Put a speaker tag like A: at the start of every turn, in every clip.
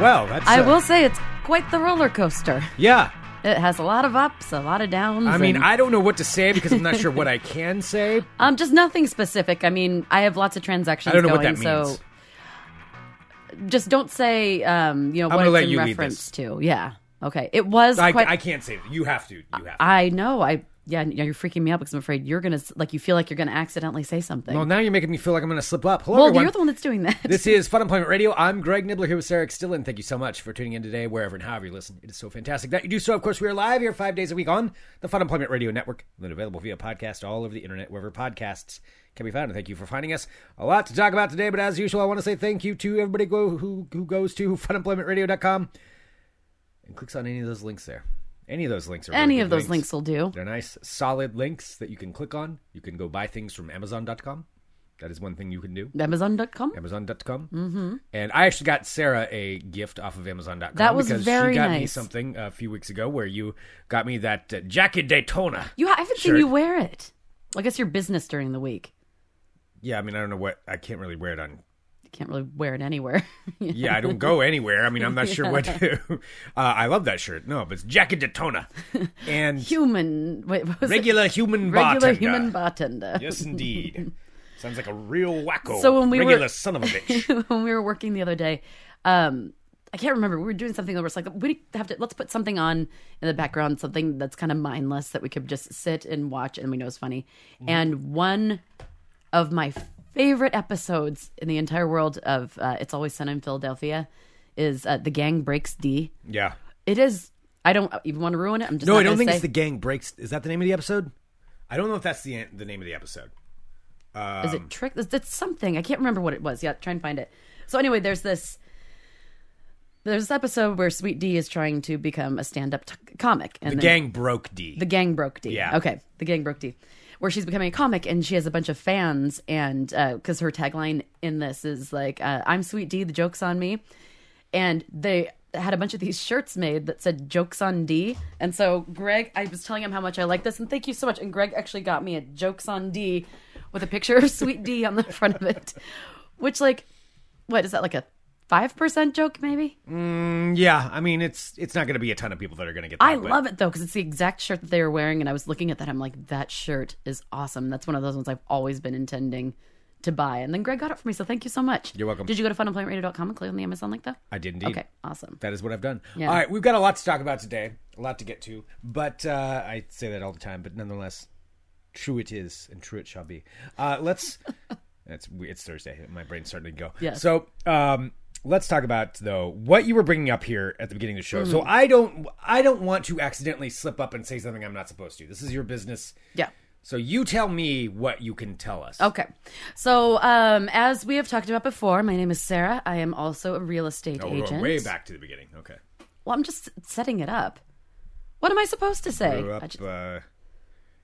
A: well, that's.
B: I
A: uh,
B: will say it's quite the roller coaster.
A: Yeah.
B: It has a lot of ups, a lot of downs.
A: I mean,
B: and-
A: I don't know what to say because I'm not sure what I can say.
B: um, just nothing specific. I mean, I have lots of transactions.
A: I don't know
B: going,
A: what that
B: so
A: means.
B: just don't say um, you know
A: I'm
B: what
A: gonna
B: it's
A: let
B: in
A: you lead
B: reference to. Yeah. Okay. It was
A: I,
B: quite
A: I can't say that. You have to. You have to.
B: I know. I yeah, yeah, you're freaking me out because I'm afraid you're gonna s- like you feel like you're gonna accidentally say something.
A: well, now you're making me feel like I'm going to slip up. Hello,
B: well,
A: everyone.
B: you're the one that's doing that.
A: This is Fun Employment Radio. I'm Greg Nibbler here with Sarah Stillen. Thank you so much for tuning in today, wherever and however you listen. It is so fantastic that you do so. Of course, we are live here five days a week on the Fun Employment Radio Network, and then available via podcast all over the internet, wherever podcasts can be found. And thank you for finding us. A lot to talk about today, but as usual, I want to say thank you to everybody go, who, who goes to funemploymentradio.com and clicks on any of those links there. Any of those links are really
B: Any
A: good
B: of those
A: links
B: links will do.
A: they're nice, solid links that you can click on. You can go buy things from Amazon.com. That is one thing you can do.
B: Amazon.com.
A: Amazon.com. Mm-hmm. And I actually got Sarah a gift off of Amazon.com.
B: That was
A: because
B: very
A: she got me
B: nice.
A: something a few weeks ago where you got me that uh, jacket Daytona.
B: You I haven't
A: Sure.
B: seen you wear it. Well, I guess your business during the week.
A: Yeah, I mean, I don't know what I can't really wear it on.
B: You can't really wear it anywhere.
A: Yeah, I don't go anywhere. I mean, I'm not sure what to. Uh, I love that shirt. No, but it's jacket Daytona and
B: human. Wait, what was it?
A: regular human
B: Regular
A: bartender.
B: human bartender.
A: Yes, indeed. Sounds like a real wacko.
B: So when we were-
A: regular son of a bitch.
B: when we were working the other day, um, I can't remember. We were doing something where it's like we have to let's put something on in the background, something that's kind of mindless that we could just sit and watch, and we know is funny.
A: Mm-hmm.
B: And one of my favorite episodes in the entire world of uh, "It's Always Sunny in Philadelphia" is uh, "The Gang Breaks D."
A: Yeah.
B: It is. I don't even want to ruin it. I'm just
A: No,
B: Not
A: I don't
B: gonna
A: think
B: say.
A: it's the gang breaks. Is that the name of the episode? I don't know if that's the an- the name of the episode.
B: Is it trick? That's, that's something. I can't remember what it was. Yeah, try and find it. So anyway, there's this. There's this episode where Sweet D is trying to become a stand-up t- comic, and
A: The
B: then-
A: gang broke D.
B: the gang broke D.
A: Yeah.
B: Okay, the gang broke D, where she's becoming a comic and she has a bunch of fans, and because her tagline in this is like, uh, "I'm Sweet D, the joke's on me," and they had a bunch of these shirts made that said "Jokes on D," and so Greg, I was telling him how much I like this, and thank you so much, and Greg actually got me a "Jokes on D" with a picture of Sweet D on the front of it, which like, what is that like a five percent joke maybe?
A: yeah, I mean it's it's not going to be a ton of people that are going to get. That,
B: I
A: but
B: love it though because it's the exact shirt that they were wearing, and I was looking at that. I'm like, that shirt is awesome. That's one of those ones I've always been intending to buy. And then Greg got it for me, so thank you so much.
A: You're welcome.
B: Did you go to funemploymentradio.com and click on the Amazon link though?
A: I did indeed.
B: Okay, awesome.
A: That is what I've done.
B: Yeah.
A: All right, we've got a lot to talk about today, a lot to get to, but uh, I say that all the time, but nonetheless, true it is, and true it shall be. Uh, let's. it's we- it's Thursday. My brain's starting to go.
B: Yes.
A: So um, let's talk about though what you were bringing up here at the beginning of the show. So
B: Mm-hmm.
A: I don't I don't want to accidentally slip up and say something I'm not supposed to. This is your business.
B: Yeah.
A: So you tell me what you can tell us.
B: Okay. So, um, as we have talked about before, my name is Sarah. I am also a real estate
A: Oh, we're
B: agent.
A: going way back to the beginning. Okay.
B: Well, I'm just setting it up. What am I supposed to say?
A: grew up
B: I just-
A: uh,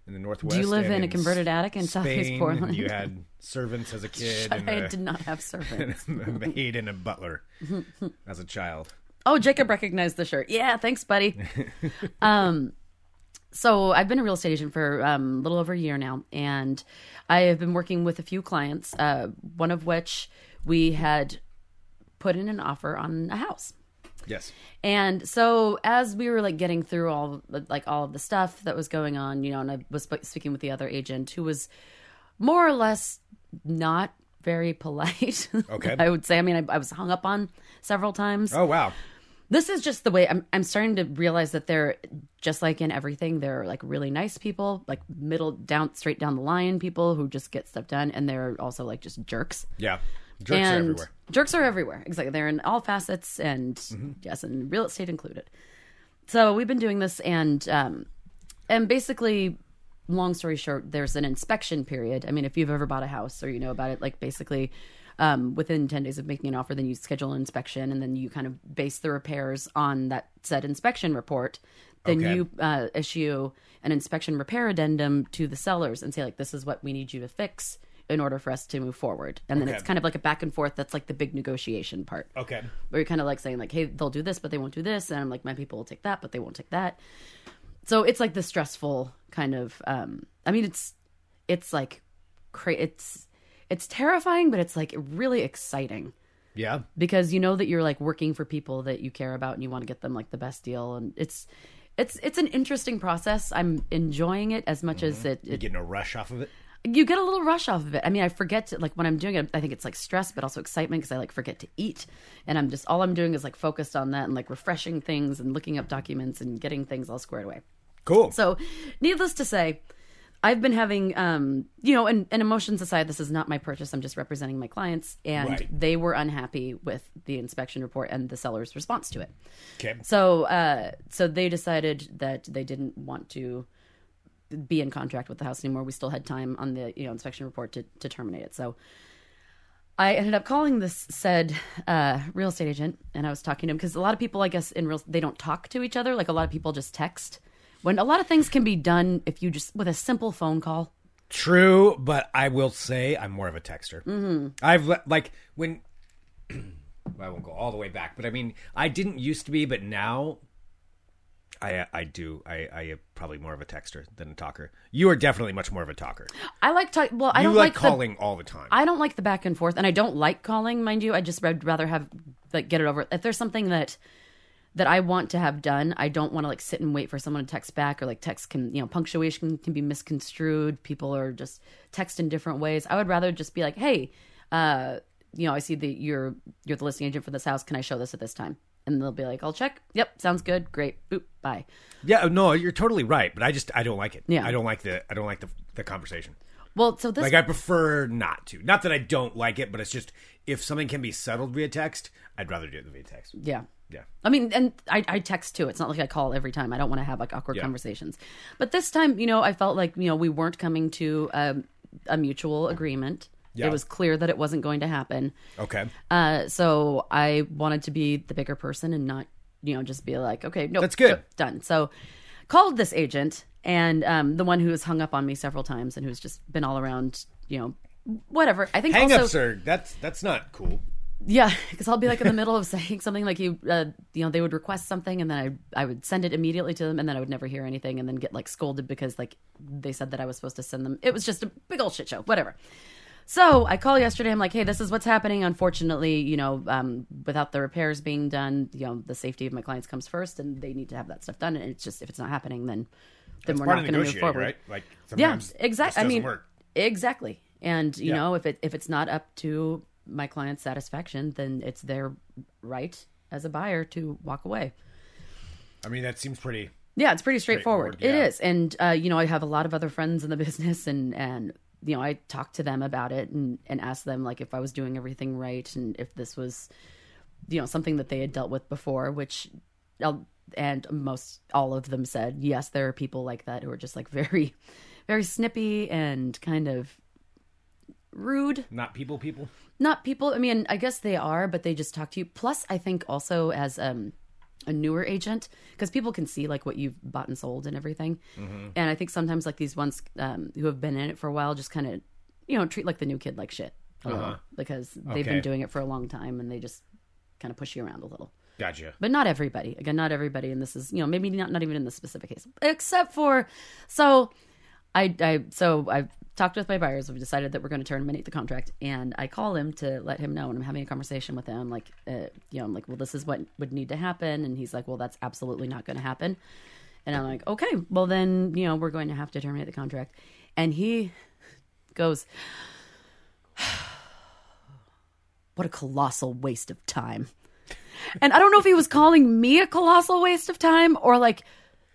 A: in the northwest.
B: Do you live
A: and
B: in a converted attic in
A: Spain,
B: Southeast
A: and
B: Portland?
A: You had servants as a kid, and
B: I
A: a,
B: did not have servants.
A: a maid and a butler as a child.
B: Oh, Jacob recognized the shirt. Yeah, thanks, buddy. um, so I've been a real estate agent for um, a little over a year now, and I have been working with a few clients. Uh, one of which we had put in an offer on a house,
A: Yes.
B: and so as we were like getting through all like all of the stuff that was going on, you know, and I was sp- speaking with the other agent who was more or less not very polite.
A: Okay.
B: I would say. I mean, I, I was hung up on several times
A: Oh wow.
B: this is just the way I'm, I'm starting to realize that they're just like in everything they're like really nice people like middle down straight down the line people who just get stuff done and they're also like just jerks
A: Yeah. Jerks
B: and
A: are everywhere. Mm-hmm.
B: jerks are everywhere exactly they're in all facets and yes and real estate included so we've been doing this and um and basically long story short there's an inspection period i mean if you've ever bought a house or you know about it like basically um, within 10 days of making an offer then you schedule an inspection and then you kind of base the repairs on that said inspection report then
A: Okay.
B: you uh, issue an inspection repair addendum to the sellers and say like this is what we need you to fix in order for us to move forward and then
A: Okay.
B: it's kind of like a back and forth that's like the big negotiation part
A: Okay.
B: where you're kind of like saying like hey they'll do this but they won't do this and i'm like my people will take that but they won't take that so it's like the stressful kind of um i mean it's it's like cra- it's it's terrifying but it's like really exciting
A: Yeah.
B: because you know that you're like working for people that you care about and you want to get them like the best deal and it's it's it's an interesting process i'm enjoying it as much as it,
A: You
B: it
A: getting a rush off of it?
B: you get a little rush off of it i mean i forget to like when i'm doing it i think it's like stress but also excitement because i like forget to eat and i'm just all i'm doing is like focused on that and like refreshing things and looking up documents and getting things all squared away
A: Cool.
B: so, needless to say, I've been having, um, you know, and, and emotions aside, this is not my purchase. I'm just representing my clients, and
A: Right.
B: they were unhappy with the inspection report and the seller's response to it.
A: okay.
B: So, uh, so they decided that they didn't want to be in contract with the house anymore. We still had time on the you know inspection report to, to terminate it. So, I ended up calling this said uh, real estate agent, and I was talking to him because a lot of people, I guess, in real they don't talk to each other. Like a lot of people just text. When a lot of things can be done if you just with a simple phone call.
A: True, but I will say I'm more of a texter. Mm-hmm. I've le- like when I won't go all the way back, but I mean I didn't used to be, but now I I do I I am probably more of a texter than a talker. You are definitely much more of a talker.
B: I like talk. Well, I
A: you
B: don't
A: like,
B: like, the-
A: calling all the time.
B: I don't like the back and forth, and I don't like calling, mind you. I just would rather have like get it over. If there's something that that I want to have done, I don't want to like sit and wait for someone to text back or like text can you know punctuation can be misconstrued. People are just text in different ways. I would rather just be like, hey, uh, you know, I see that you're you're the listing agent for this house. Can I show this at this time? And they'll be like, I'll check. Yep, sounds good. Great. Boop. Bye.
A: yeah, no, you're totally right, but I just I don't like it.
B: Yeah.
A: I don't like the I don't like the the conversation.
B: Well, so this
A: Like I prefer not to. Not that I don't like it, but it's just if something can be settled via text, I'd rather do it via text.
B: yeah.
A: Yeah.
B: I mean, and I, I text too. It's not like I call every time. I don't want to have like awkward
A: Yeah.
B: conversations. But this time, you know, I felt like, you know, we weren't coming to um, a mutual agreement.
A: Yeah.
B: It was clear that it wasn't going to happen.
A: Okay.
B: Uh, so I wanted to be the bigger person and not, you know, just be like, okay, no,
A: That's good.
B: d- done. So called this agent and um, the one who has hung up on me several times and who's just been all around, you know, whatever. I think
A: Hang
B: also,
A: up, sir. That's that's not cool.
B: yeah, because I'll be like in the middle of saying something like you, uh, you know, they would request something, and then I, I would send it immediately to them, and then I would never hear anything, and then get like scolded because like they said that I was supposed to send them. It was just a big old shit show. Whatever. So I call yesterday. I'm like, hey, this is what's happening. Unfortunately, you know, um, without the repairs being done, you know, the safety of my clients comes first, and they need to have that stuff done. And it's just if it's not happening, then then we're
A: part
B: not
A: of
B: going to move
A: negotiating,
B: forward.
A: right? Like
B: Yeah,
A: sometimes this
B: exactly. I
A: doesn't
B: mean,
A: work.
B: exactly. And you
A: Yeah.
B: know, if it if it's not up to my client's satisfaction, then it's their right as a buyer to walk away.
A: I mean that seems pretty.
B: Yeah, it's pretty straightforward.
A: Straightforward, yeah.
B: It is, and uh, you know, I have a lot of other friends in the business, and and you know, I talk to them about it and and ask them like if I was doing everything right and if this was, you know, something that they had dealt with before, which. I'll, and most all of them said yes. There are people like that who are just like very, very snippy and kind of rude
A: Not people, people.
B: not people i mean i guess they are but they just talk to you plus i think also as um a newer agent because people can see like what you've bought and sold and everything and i think sometimes like these ones um, who have been in it for a while just kind of you know treat like the new kid like shit a little, because they've
A: Okay.
B: been doing it for a long time and they just kind of push you around a little
A: Gotcha.
B: but not everybody again not everybody and this is you know maybe not not even in the specific case except for so i i so i've talked with my buyers we've decided that we're going to terminate the contract and i call him to let him know and i'm having a conversation with him like uh, you know i'm like well this is what would need to happen and he's like well that's absolutely not going to happen and i'm like okay well then you know we're going to have to terminate the contract and he goes what a colossal waste of time and I don't know if he was calling me a colossal waste of time or like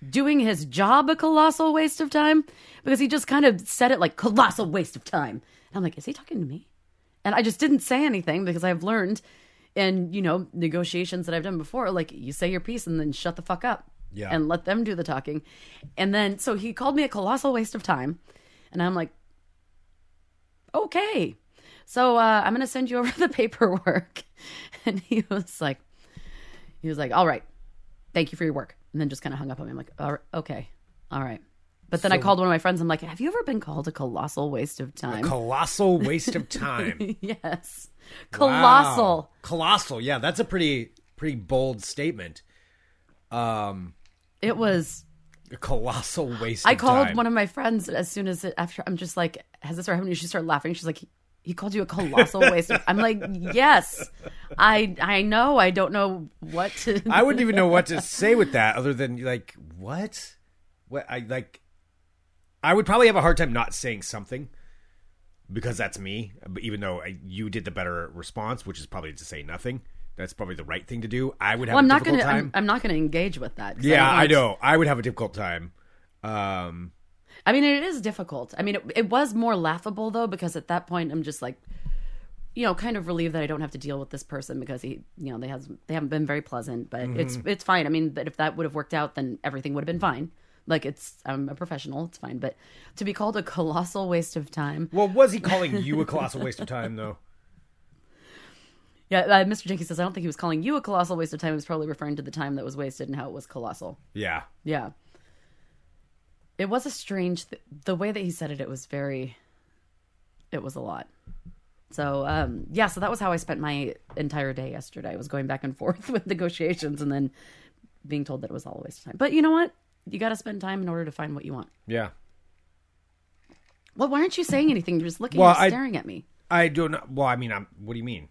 B: doing his job a colossal waste of time because he just kind of said it like colossal waste of time. And I'm like, is he talking to me? And I just didn't say anything because I've learned in, you know, negotiations that I've done before, like you say your piece and then shut the fuck up.
A: Yeah.
B: And let them do the talking. And then so he called me a colossal waste of time. And I'm like, okay. So uh, I'm going to send you over the paperwork. And he was like, he was like, all right, thank you for your work. And then just kind of hung up on me. I'm like, all right, okay, all right. But then I called one of my friends. I'm like, have you ever been called a colossal waste of time?
A: Colossal waste of time.
B: yes.
A: Wow.
B: Colossal.
A: Colossal. Yeah, that's a pretty pretty bold statement.
B: It was
A: A colossal waste.
B: I
A: of
B: called
A: time.
B: one of my friends as soon as it, after I'm just like, has this ever happened? to you?" She started laughing. She's like, he called you a colossal waste. of-" I'm like, yes, I I know. I don't know what to.
A: I wouldn't even know what to say with that other than like what? What I like I would probably have a hard time not saying something because that's me, but even though I, you did the better response, which is probably to say nothing. That's probably the right thing to do. I would have
B: well, I'm
A: a
B: not
A: difficult
B: gonna. I'm,
A: time.
B: I'm not gonna engage with that. 'cause
A: yeah,
B: don't
A: I
B: want to-
A: know. I would have a difficult time. Um
B: I mean, it is difficult. I mean, it, it was more laughable though because at that point I'm just like, you know, kind of relieved that I don't have to deal with this person because he, you know, they has they haven't been very pleasant, but
A: Mm-hmm.
B: it's it's fine. I mean, but if that would have worked out, then everything would have been fine. Like it's I'm a professional, it's fine. But to be called a colossal waste of time,
A: well, was he calling you a colossal waste of time though?
B: yeah. Uh, Mr. Jenkins says I don't think he was calling you a colossal waste of time. He was probably referring to the time that was wasted and how it was colossal.
A: Yeah.
B: Yeah. It was a strange th- the way that he said it it was very it was a lot. So um yeah, so that was how I spent my entire day yesterday. I was going back and forth with negotiations and then being told that it was all a waste of time. But you know what? You got to spend time in order to find what you want.
A: Yeah.
B: Well, why aren't you saying anything? You're just looking
A: Well, I-
B: and staring at me.
A: I do not. Well, I mean, I'm. What do you mean?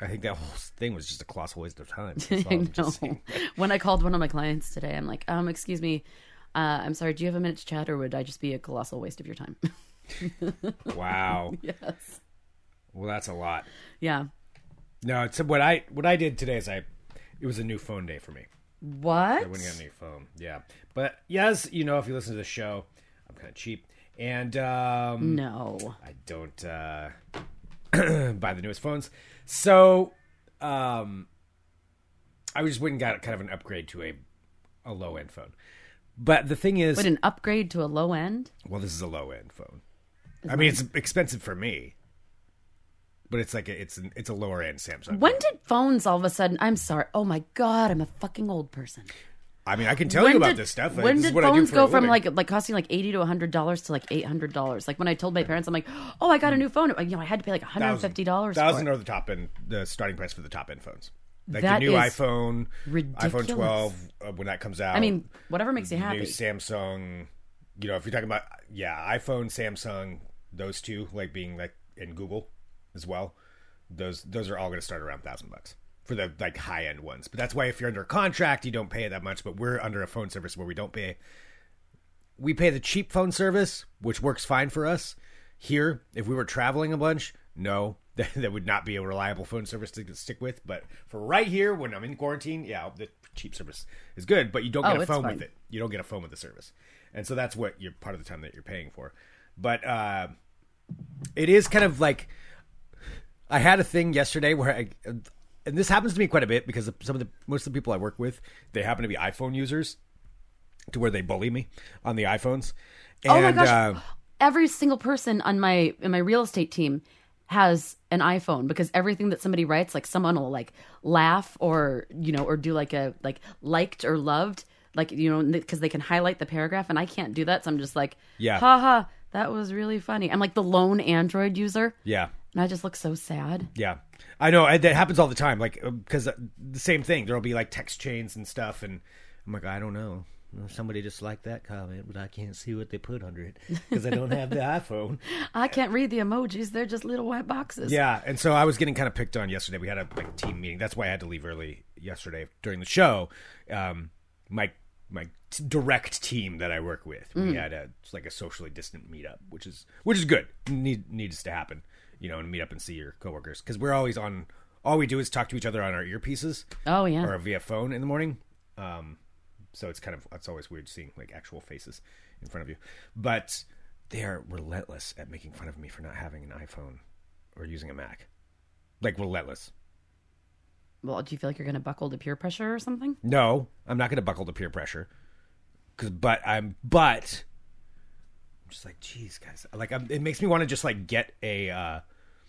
A: I think that whole thing was just a colossal waste of time. That's all
B: I
A: I'm just
B: know.
A: saying.
B: when I called one of my clients today, I'm like, um, excuse me, uh, I'm sorry, do you have a minute to chat or would I just be a colossal waste of your time?
A: Wow.
B: yes.
A: Well, that's a lot.
B: Yeah.
A: No, it's what I what I did today is I. It was a new phone day for me.
B: What?
A: I wouldn't get a new phone. Yeah, but yes, you know, if you listen to the show, I'm kind of cheap, and um,
B: No.
A: I don't uh, buy the newest phones. So, um, I just went and got kind of an upgrade to a a low end phone. But the thing is,
B: But an upgrade to a low end?
A: well, this is a low end phone. I mean, it's expensive for me, but it's like a, it's an, it's a lower end Samsung.
B: When did phones all of a sudden? I'm sorry. Oh my god, I'm a fucking old person.
A: I mean, I can tell
B: when
A: you about
B: did,
A: this stuff.
B: When
A: this
B: did
A: is what I do
B: phones
A: for
B: go
A: a
B: from
A: living.
B: like like costing like eighty to hundred dollars to like eight hundred dollars? Like when I told my parents, I'm like, oh, I got a new phone. You know, I had to pay like hundred and fifty dollars.
A: Thousand are the top end, the starting price for the top end phones. Like
B: That
A: the new
B: is
A: iPhone,
B: ridiculous.
A: iPhone 12 uh, when that comes out.
B: I mean, whatever makes you
A: new
B: happy.
A: Samsung. You know, if you're talking about yeah, iPhone, Samsung, those two like being like in Google as well. Those those are all going to start around thousand bucks for the like high end ones. But that's why if you're under contract, you don't pay that much. But we're under a phone service where we don't pay. We pay the cheap phone service, which works fine for us. Here, if we were traveling a bunch, no, that, that would not be a reliable phone service to stick with. But for right here, when I'm in quarantine, yeah, the cheap service is good, but you don't
B: Oh,
A: get a
B: it's
A: phone
B: fine.
A: with it you don't get a phone with the service and so that's what you're part of the time that you're paying for but uh it is kind of like i had a thing yesterday where i and this happens to me quite a bit because some of the most of the people i work with they happen to be iphone users to where they bully me on the iphones and
B: oh my gosh,
A: uh,
B: every single person on my in my real estate team has an iPhone because everything that somebody writes, like someone will like laugh or you know or do like a like liked or loved, like you know because they can highlight the paragraph and I can't do that, so I'm just like
A: Yeah.
B: ha ha, that was really funny. I'm like the lone Android user,
A: yeah
B: and I just look so sad.
A: Yeah, I know and that happens all the time. Like because the same thing, there'll be like text chains and stuff, and I'm like, I don't know. Somebody just liked that comment, but I can't see what they put under it because I don't have the iPhone.
B: I can't read the emojis; they're just little white boxes.
A: Yeah, and so I was getting kind of picked on yesterday. We had a like team meeting. That's why I had to leave early yesterday during the show. Um, my my t- direct team that I work with, we had a it's like a socially distant meetup, which is which is good. Need needs to happen, you know, and meet up and see your coworkers because we're always on. All we do is talk to each other on our earpieces
B: Oh yeah.
A: or via phone in the morning. Um, so it's kind of it's always weird seeing like actual faces in front of you. But they are relentless at making fun of me for not having an iPhone or using a Mac. Like relentless.
B: well, do you feel like you're gonna buckle to peer pressure or something?
A: No, I'm not going to buckle to peer pressure. 'Cause- but I'm but I'm just like, geez, guys, like I'm, it makes me want to just like get a uh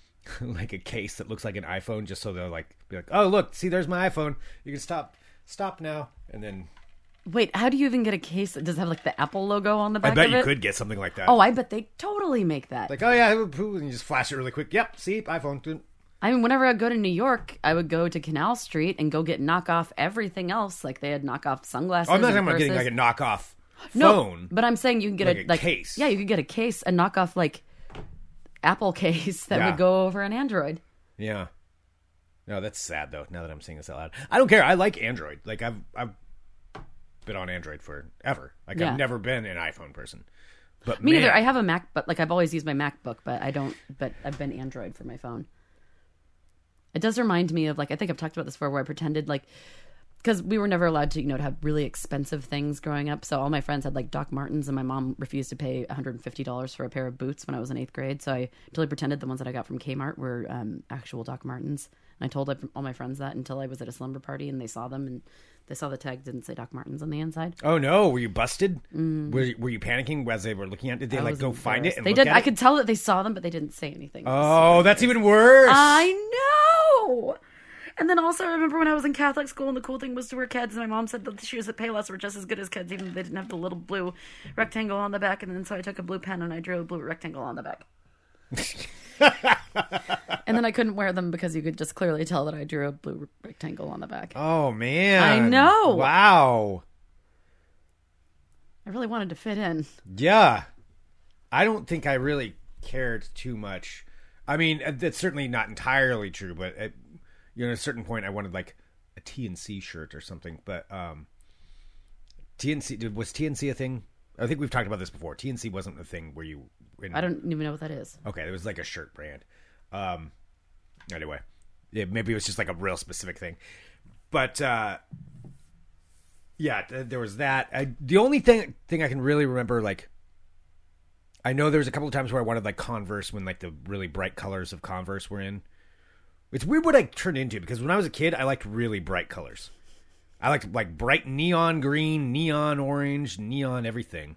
A: like a case that looks like an iPhone, just so they'll like be like, oh look, see, there's my iPhone. You can stop, stop now, and then
B: Wait, how do you even get a case that does have like the Apple logo on the
A: I
B: back
A: bet
B: of
A: you
B: it?
A: could get something like that.
B: Oh, I bet they totally make that.
A: Like, oh yeah, and you just flash it really quick. Yep, see, iPhone.
B: I mean, whenever I go to New York, I would go to Canal Street and go get knockoff everything else. Like they had knockoff sunglasses.
A: Oh, I'm not
B: and
A: talking about getting
B: purses.
A: like a knockoff
B: no,
A: phone.
B: but I'm saying you can get
A: Like
B: a,
A: a
B: like,
A: case.
B: Yeah, you could get a case, a knockoff like Apple case that
A: Yeah.
B: would go over an Android.
A: Yeah. No, that's sad though. Now that I'm saying this out loud, I don't care. I like Android. Like I've I've been on Android forever. Like
B: Yeah.
A: I've never been an iPhone person. But
B: Me
A: man,
B: neither. I have a Mac, but like I've always used my MacBook, but I don't. But I've been Android for my phone. It does remind me of like I think I've talked about this before, where I pretended like because we were never allowed to you know to have really expensive things growing up. So all my friends had like Doc Martens, and my mom refused to pay one hundred and fifty dollars for a pair of boots when I was in eighth grade. So I totally pretended the ones that I got from Kmart were um, actual Doc Martens, and I told ev- all my friends that until I was at a slumber party and they saw them and they saw the tag didn't say Doc Martens on the inside.
A: Oh no, were you busted? Were you, were you panicking as they were looking at it? Did they like
B: Mm. was
A: go find it and
B: they
A: look
B: did.
A: at
B: I
A: it?
B: could tell that they saw them, but they didn't say anything.
A: Oh, that's even worse.
B: Uh, I know. And then also, I remember when I was in Catholic school, and the cool thing was to wear Keds, and my mom said that the shoes at Payless were just as good as Keds, even though they didn't have the little blue rectangle on the back. And then so I took a blue pen and I drew a blue rectangle on the back. and then I couldn't wear them because you could just clearly tell that I drew a blue rectangle on the back.
A: oh man.
B: I know.
A: Wow.
B: I really wanted to fit in.
A: Yeah. I don't think I really cared too much. I mean, uh, that's certainly not entirely true, but at, you know, at a certain point, I wanted like a TNC shirt or something. But um, TNC did- was TNC a thing? I think we've talked about this before. TNC wasn't a thing where you. In,
B: I don't even know what that is.
A: Okay, it was like a shirt brand. Um, anyway, yeah, maybe it was just like a real specific thing, but uh, yeah, th- there was that. I, the only thing thing I can really remember, like, I know there was a couple of times where I wanted like Converse when like the really bright colors of Converse were in. It's weird what I turned into because when I was a kid, I liked really bright colors. I liked like bright neon green, neon orange, neon everything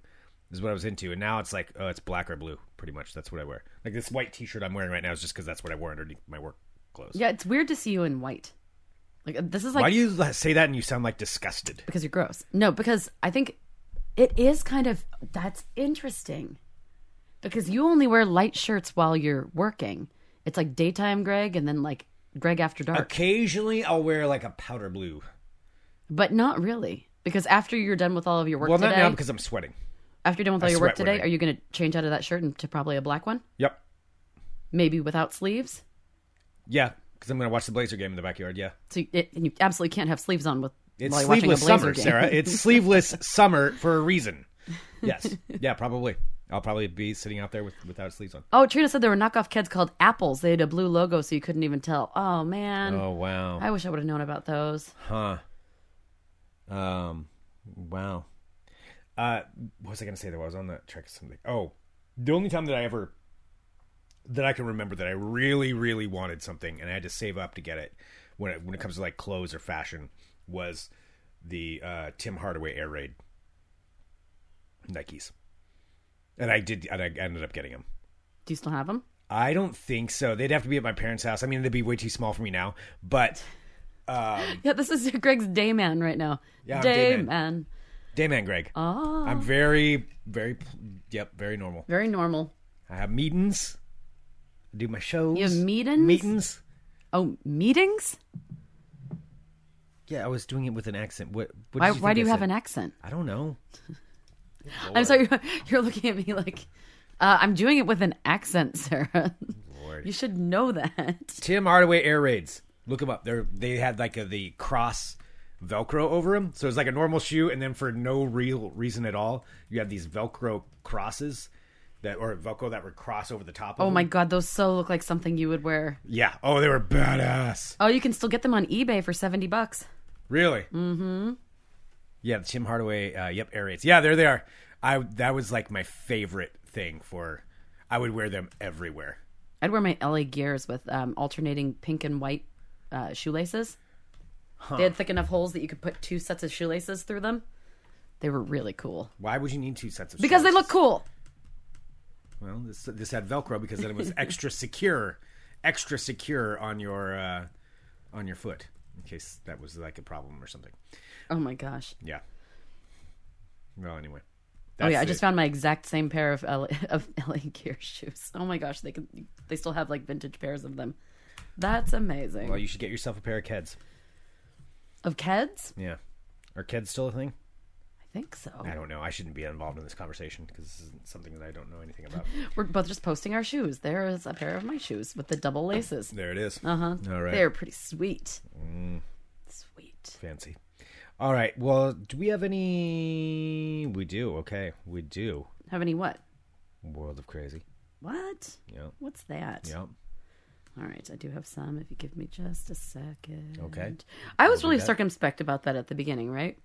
A: is what I was into. And now it's like, oh, it's black or blue, pretty much. That's what I wear. Like this white t shirt I'm wearing right now is just because that's what I wore underneath my work clothes.
B: Yeah, it's weird to see you in white. Like this is like
A: Why do you say that and you sound like disgusted?
B: because you're gross. No, because I think it is kind of that's interesting. Because you only wear light shirts while you're working. It's like daytime Greg and then like Greg after dark.
A: Occasionally I'll wear like a powder blue.
B: But not really. Because after you're done with all of your work
A: Well,
B: today,
A: not now because I'm sweating.
B: after you're done with all your work
A: sweat
B: today,
A: when I-
B: are you going to change out of that shirt into probably a black one?
A: Yep.
B: Maybe without sleeves?
A: Yeah. Because I'm going to watch the Blazer game in the backyard. Yeah.
B: So you, it, and you absolutely can't have sleeves on with
A: It's
B: while you're watching a
A: sleeveless
B: Blazer
A: summer,
B: game.
A: Sarah. It's sleeveless summer for a reason. Yes. Yeah, probably. I'll probably be sitting out there with, without sleeves on.
B: Oh, Trina said there were knockoff kids called apples. They had a blue logo, so you couldn't even tell. Oh man,
A: Oh, wow.
B: I wish I would have known about those.
A: Huh. Um. Wow. Uh, what was I gonna say? That I was on the track of something. Oh, the only time that I ever that I can remember that I really, really wanted something and I had to save up to get it when it, when it comes to like clothes or fashion was the uh, Tim Hardaway Air Raid Nikes, and I did, and I ended up getting them.
B: Do you still have them?
A: I don't think so. They'd have to be at my parents' house. I mean, they'd be way too small for me now, but
B: Yeah, this is Greg's day man right now.
A: Yeah, I'm
B: day,
A: day man.
B: man.
A: Dayman Greg.
B: Oh,
A: I'm very, very, yep, very normal.
B: very normal.
A: I have meetings. I do my shows.
B: You have meetings?
A: Meetings.
B: Oh, meetings?
A: Yeah, I was doing it with an accent. What? what
B: Why,
A: did you
B: why
A: think
B: do you
A: I
B: have
A: said?
B: an accent?
A: I don't know.
B: I'm sorry, you're, you're looking at me like uh, I'm doing it with an accent, Sarah.
A: Lord.
B: You should know that.
A: Tim Hardaway air raids. Look them up. They they had like a, the cross Velcro over them, so it's like a normal shoe, and then for no real reason at all, you have these Velcro crosses that or Velcro that would cross over the top.
B: Oh
A: of
B: my
A: them.
B: god, those so look like something you would wear.
A: Yeah. Oh, they were badass.
B: Oh, you can still get them on eBay for seventy bucks.
A: Really? Mm-hmm. Yeah, the Tim Hardaway. Uh, yep, air raids. Yeah, there they are. I that was like my favorite thing for. I would wear them everywhere.
B: I'd wear my LA Gears with um, alternating pink and white uh, shoelaces. They had thick enough holes that you could put two sets of shoelaces through them. They were really cool
A: Why would you need two sets of?
B: because they
A: shoes?
B: look cool.
A: Well, this this had Velcro because then it was extra secure, extra secure on your uh, on your foot in case that was like a problem or something.
B: Oh my gosh.
A: Yeah. Well, anyway.
B: Oh yeah, I
A: That's
B: just
A: it.
B: found my exact same pair of LA, of LA Gear shoes. Oh my gosh, they can they still have like vintage pairs of them. That's amazing.
A: Well, you should get yourself a pair of Keds.
B: of Keds?
A: Yeah. Are Keds still a thing?
B: I think so.
A: I don't know. I shouldn't be involved in this conversation because this isn't something that I don't know anything about.
B: We're both just posting our shoes. There is a pair of my shoes with the double laces.
A: There it is. Uh
B: Uh-huh.
A: huh. All right. Mm.
B: They're pretty sweet. Sweet.
A: Fancy. All right. Well, do we have any? We do. Okay, we do.
B: Have any what?
A: World of Crazy.
B: What?
A: Yep.
B: What's that?
A: Yep.
B: All right, I do have some. If you give me just a second.
A: Okay.
B: I was really
A: that.
B: circumspect about that at the beginning, right?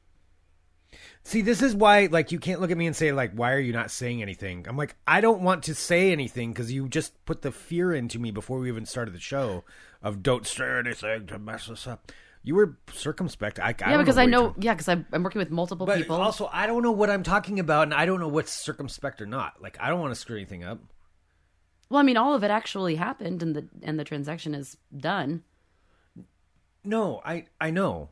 A: See, this is why, like, you can't look at me and say, like, why are you not saying anything? I'm like, I don't want to say anything because you just put the fear into me before we even started the show of don't say anything to mess us up. You were circumspect. I, I
B: yeah,
A: don't
B: because I
A: what you're
B: know.
A: talking-
B: Yeah, because I'm, I'm working with multiple
A: But
B: people.
A: also, I don't know what I'm talking about, and I don't know what's circumspect or not. Like, I don't want to screw anything up.
B: well, I mean, all of it actually happened, and the and the transaction is done.
A: No, I I know.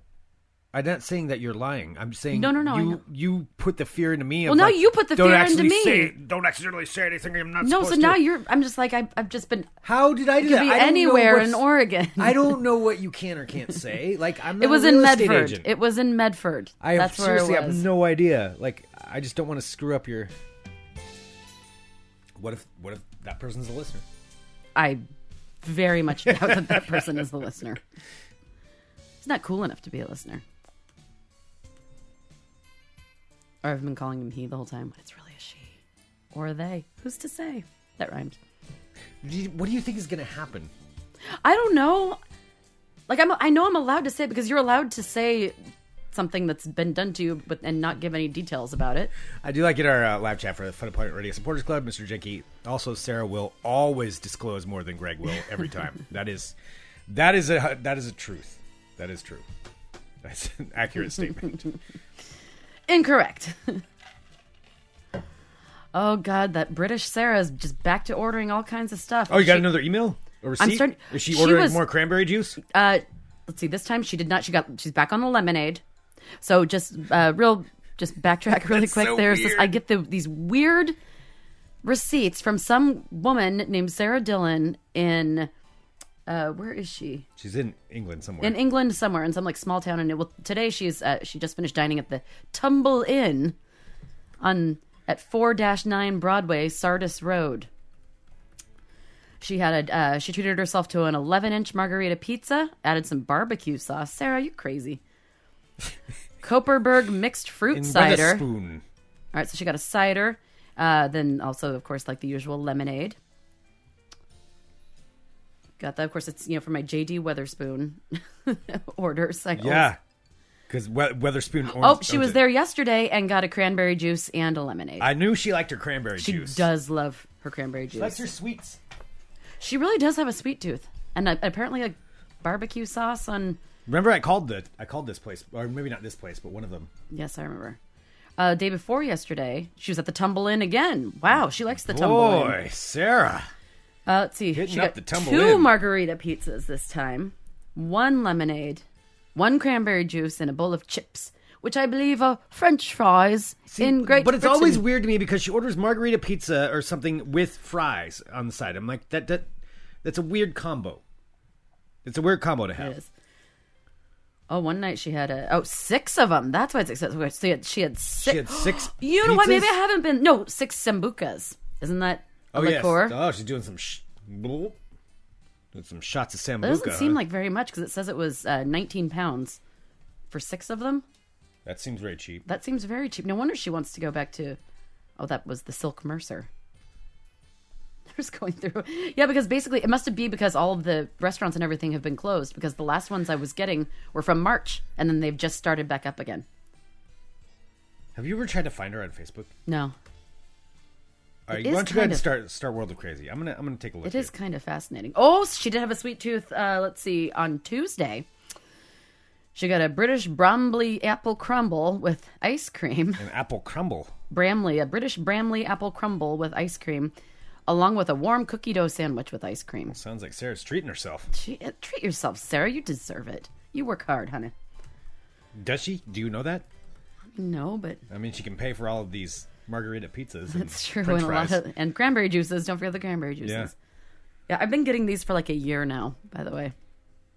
A: I'm not saying that you're lying. I'm saying
B: No, no, no, I
A: You
B: know.
A: you put the fear into me.
B: Well, now you put the
A: don't
B: fear
A: actually
B: into me."
A: Say, don't accidentally say anything. I'm not.
B: No, so
A: supposed
B: now
A: to.
B: you're. I'm just like I, I've just been.
A: How did I do
B: Could
A: that?
B: be
A: I don't know
B: anywhere
A: what's-
B: in Oregon.
A: I don't know what you can or can't say. Like I'm. Not
B: It was
A: a
B: in
A: real estate
B: Medford.
A: Agent.
B: It was in Medford.
A: I
B: That's where it
A: seriously
B: was.
A: have no idea. Like I just don't want to screw up your. What if what if that person's a listener?
B: I very much doubt that that person is a listener. He's not cool enough to be a listener. Or I've been calling him he the whole time. It's really a she. Or a they. Who's to say? That rhymed.
A: Do you- What do you think is going to happen?
B: I don't know. Like I'm, I know I'm allowed to say it because you're allowed to say something that's been done to you, but and not give any details about it.
A: I do like it our uh, live chat for the Fun Employment Radio Supporters Club. Mr. Jenke, also Sarah will always disclose more than Greg will every time. that is, that is a that is a truth. That is true. That's an accurate statement.
B: Incorrect. oh God, that British Sarah is just back to ordering all kinds of stuff.
A: Oh, you got
B: She-
A: another email or receipt?
B: starting-
A: is she
B: she
A: ordering
B: was-
A: more cranberry juice?
B: uh let's see this time she did not she got she's back on the lemonade so just uh real just backtrack really quick
A: so
B: there's this
A: weird.
B: i get the, these weird receipts from some woman named sarah dillon in uh where is she
A: She's in England somewhere.
B: in england somewhere in some like small town and it, well today she's uh she just finished dining at the tumble inn on at 4-9 broadway sardis road she had a uh, she treated herself to an 11 inch margarita pizza, added some barbecue sauce. Sarah, you're crazy. Koperberg mixed fruit
A: In
B: cider. All
A: Wetherspoon.
B: right, so she got a cider, uh, then also of course like the usual lemonade. Got that. Of course, it's you know for my JD Weatherspoon order cycle.
A: Yeah, because we- Weatherspoon.
B: Oh,
A: owns-
B: she
A: owns
B: was
A: it.
B: there yesterday and got a cranberry juice and a lemonade.
A: I knew she liked her cranberry
B: she
A: juice.
B: does love her cranberry
A: She
B: juice.
A: likes her sweets.
B: She really does have a sweet tooth, and uh, apparently like barbecue sauce on.
A: Remember, I called the I called this place, or maybe not this place, but one of them.
B: Yes, I remember. Uh, day before yesterday, she was at the Tumble Inn again. Wow, she likes the Tumble Inn.
A: Boy, Sarah.
B: Uh, let's see.
A: Hitting
B: She
A: up
B: got
A: the Tumble
B: two
A: Inn.
B: margarita pizzas this time, one lemonade, one cranberry juice, and a bowl of chips, which I believe are French fries in Great
A: But it's
B: Britain.
A: always weird to me because she orders margarita pizza or something with fries on the side. I'm like that that that's a weird combo. It's a weird combo to
B: It
A: have.
B: is. Oh, one night she had a oh six of them. That's why it's excessive. She had she had six.
A: She had six
B: You know what? Maybe I
A: pizzas?
B: haven't been. No, six sambucas. Isn't that a
A: Oh yes.
B: liqueur?
A: Oh, she's doing some sh- bloop. doing some shots of sambuca.
B: That doesn't seem
A: huh?
B: like very much because it says it was uh, 19 pounds for six of them.
A: that seems very cheap.
B: That seems very cheap. No wonder she wants to go back to. Oh, that was the Silk Mercer. They're just going through. Yeah, because basically it must have been because all of the restaurants and everything have been closed because the last ones I was getting were from March and then they've just started back up again.
A: Have you ever tried to find her on Facebook?
B: No,
A: All right,
B: is
A: why don't you go ahead
B: kind
A: and
B: of-
A: start start World of Crazy? I'm gonna I'm gonna take a look.
B: It
A: here.
B: is kind of fascinating. Oh, she did have a sweet tooth. Uh, let's see, on Tuesday, she got a British Bromley apple crumble with ice cream.
A: an apple crumble.
B: Bramley, a British Bramley apple crumble with ice cream, along with a warm cookie dough sandwich with ice cream.
A: Sounds like Sarah's treating herself.
B: She, uh, treat yourself, Sarah. You deserve it. You work hard, honey.
A: Does she? Do you know that?
B: No, but
A: I mean, she can pay for all of these margarita pizzas. and
B: it's true.
A: French
B: and a
A: fries.
B: lot of and cranberry juices. Don't forget the cranberry juices.
A: Yeah.
B: Yeah, I've been getting these for like a year now, by the way.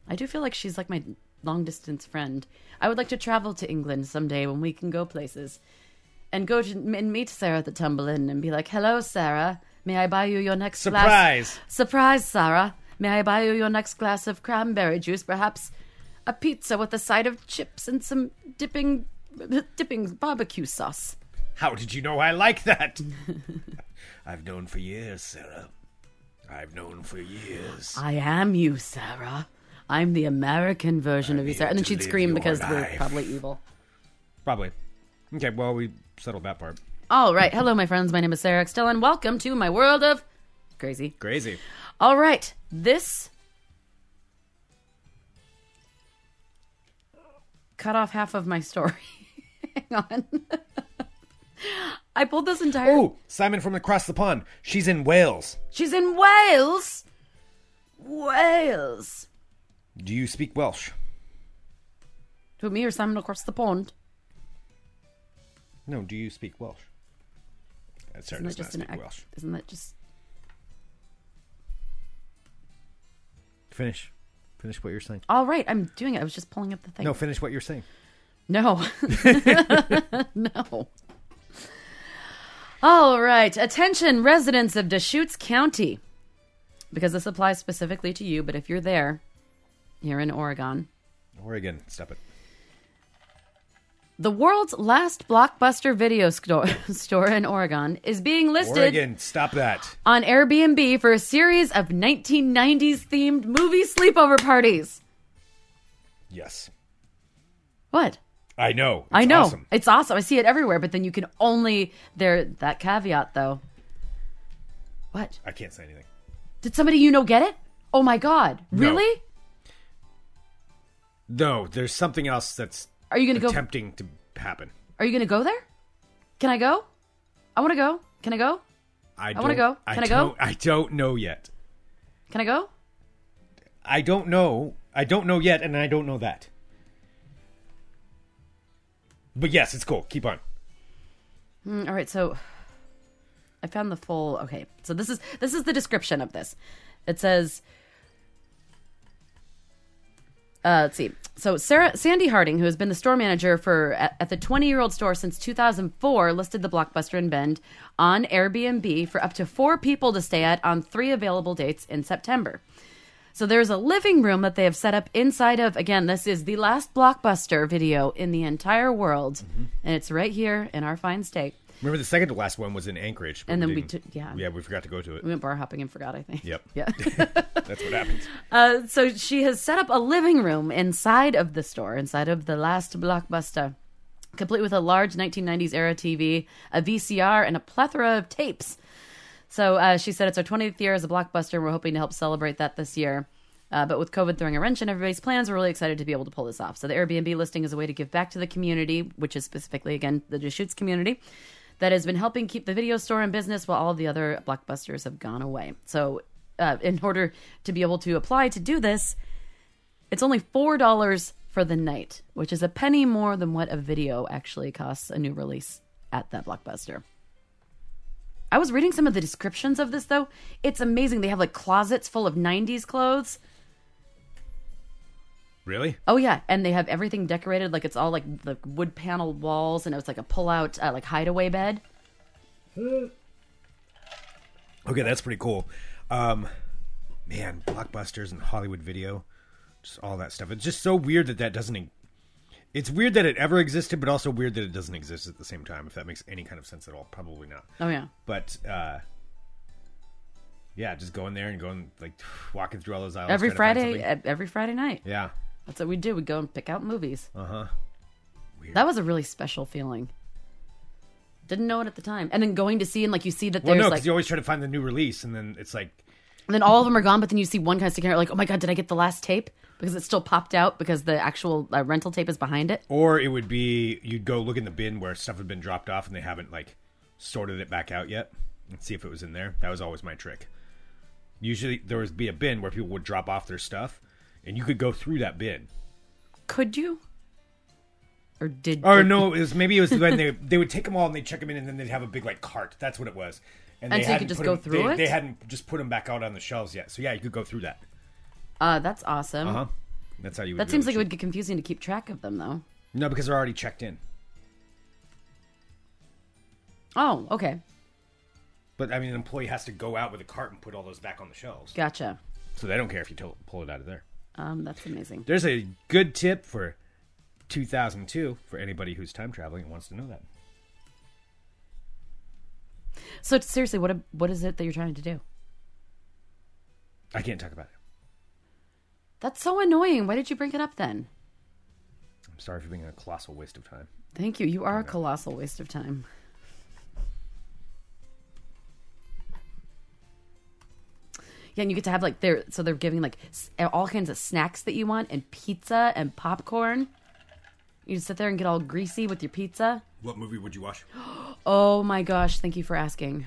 B: I do feel like she's like my long distance friend. I would like to travel to England someday when we can go places and go to and meet Sarah at the Tumble Inn and be like, "Hello, Sarah. May I buy you your next
A: Surprise.
B: glass? Surprise, Sarah. May I buy you your next glass of cranberry juice? Perhaps a pizza with a side of chips and some dipping, dipping barbecue sauce."
A: How did you know I like that? I've known for years, Sarah. I've known for years.
B: I am you, Sarah. I'm the American version of you,
A: here
B: Sarah. And then
A: to
B: she'd
A: live
B: scream
A: your
B: because we're
A: life.
B: probably evil.
A: Probably. Okay, well, we settled that part.
B: All right. Hello, my friends. My name is Sarah Still, and welcome to my world of crazy.
A: Crazy.
B: All right. This. Cut off half of my story. Hang on. I pulled this entire.
A: Oh, Simon from across the pond. She's in Wales.
B: She's in Wales! Wales!
A: Do you speak Welsh?
B: To me or Simon across the pond?
A: No, do you speak Welsh? Uh, Sarah does
B: Isn't that
A: not
B: just an
A: speak
B: act?
A: Welsh.
B: Isn't that just.
A: Finish. Finish what you're saying.
B: All right, I'm doing it. I was just pulling up the thing.
A: No, finish what you're saying.
B: No. no. All right. Attention, residents of Deschutes County. Because this applies specifically to you, but if you're there, you're in Oregon.
A: Oregon, stop it.
B: The world's last blockbuster video store, store in Oregon is being listed
A: Oregon, stop that.
B: on Airbnb for a series of 1990s themed movie sleepover parties.
A: Yes.
B: What?
A: I know. It's
B: I know.
A: Awesome.
B: It's awesome. I see it everywhere, but then you can only there that caveat though. What?
A: I can't say anything.
B: Did somebody you know get it? Oh my god.
A: No.
B: Really?
A: No, there's something else that's
B: Are you going to go
A: attempting to happen.
B: Are you going to go there? Can I go? I want to go. Can I go?
A: I, don't-
B: wanna go. Can I go?
A: don't- I don't know yet.
B: Can I go?
A: I don't know. I don't know yet, and I don't know that. But yes, it's cool. Keep on.
B: Mm, all right, so I found the full Okay. So this is this is the description of this. It says uh, let's see. So Sarah Sandy Harding, who has been the store manager for at, at the 20-year-old store since 2004, listed the Blockbuster in Bend on Airbnb for up to four people to stay at on three available dates in September. So there's a living room that they have set up inside of. Again, this is the last Blockbuster video in the entire world, and it's right here in our fine state.
A: Remember the second to last one was in Anchorage, but
B: And then we
A: didn't-
B: took- yeah.
A: yeah, we forgot to go to it.
B: We went bar hopping and forgot, I think.
A: Yep.
B: Yeah.
A: That's what happens.
B: uh, so she has set up a living room inside of the store, inside of the last blockbuster, complete with a large 1990s era TV, a VCR, and a plethora of tapes. So uh, she said it's our 20th year as a blockbuster, and we're hoping to help celebrate that this year. Uh, but with COVID throwing a wrench in everybody's plans, we're really excited to be able to pull this off. So the Airbnb listing is a way to give back to the community, which is specifically, again, the Deschutes community that has been helping keep the video store in business while all of the other blockbusters have gone away. So, uh, in order to be able to apply to do this, it's only $4 for the night, which is a penny more than what a video actually costs a new release at that blockbuster. I was reading some of the descriptions of this though. It's amazing. They have like closets full of 90s clothes.
A: Really?
B: Oh yeah, and they have everything decorated like it's all like the wood panel walls and it was like a pull-out uh, like hideaway bed.
A: Okay, that's pretty cool. Um, man, blockbusters and Hollywood video, just all that stuff. It's just so weird that that doesn't. e- It's weird that it ever existed, but also weird that it doesn't exist at the same time. If that makes any kind of sense at all, probably not.
B: Oh yeah.
A: But uh, yeah, just going there and going like walking through all those aisles
B: Every
A: trying to find
B: Friday
A: something.
B: e- every Friday night.
A: Yeah,
B: That's what we do. We go and pick out movies.
A: uh huh.
B: That was a really special feeling. Didn't know it at the time. And then going to see and like you see that
A: Well,
B: there's
A: no, because
B: like
A: you always try to find the new release, and then it's like,
B: and then all of them are gone, but then you see one guy sticking out like, "Oh my god, did I get the last tape?" Because it still popped out because the actual uh, rental tape is behind it.
A: or it would be you'd go look in the bin where stuff had been dropped off, and they haven't like sorted it back out yet, and see if it was in there. That was always my trick. Usually there would be a bin where people would drop off their stuff, and you could go through that bin.
B: Could you? Or did
A: Or
B: you?
A: no, it was maybe it was when they they would take them all and they'd check them in, and then they'd have a big like cart. That's what it was.
B: And
A: they
B: so you could
A: hadn't
B: just
A: put
B: go
A: 'em-
B: through
A: they,
B: it?
A: They hadn't just put them back out on the shelves yet. So yeah, you could go through that.
B: Uh, that's awesome.
A: Uh huh. That's how you. Would
B: That
A: do
B: seems like it
A: should-
B: would get confusing to keep track of them, though.
A: No, because they're already checked in.
B: Oh, okay.
A: But I mean, an employee has to go out with a cart and put all those back on the shelves.
B: Gotcha.
A: So they don't care if you to- pull it out of there.
B: Um, that's amazing.
A: There's a good tip for 2002 for anybody who's time traveling and wants to know that.
B: So seriously, what what is it that you're trying to do?
A: I can't talk about it.
B: That's so annoying. Why did you bring it up then?
A: I'm sorry for being a colossal waste of time.
B: Thank you. You are a colossal waste of time. Yeah, and you get to have like they're so they're giving like s- all kinds of snacks that you want and pizza and popcorn. You just sit there and get all greasy with your pizza.
A: What movie would you watch?
B: Oh my gosh! Thank you for asking.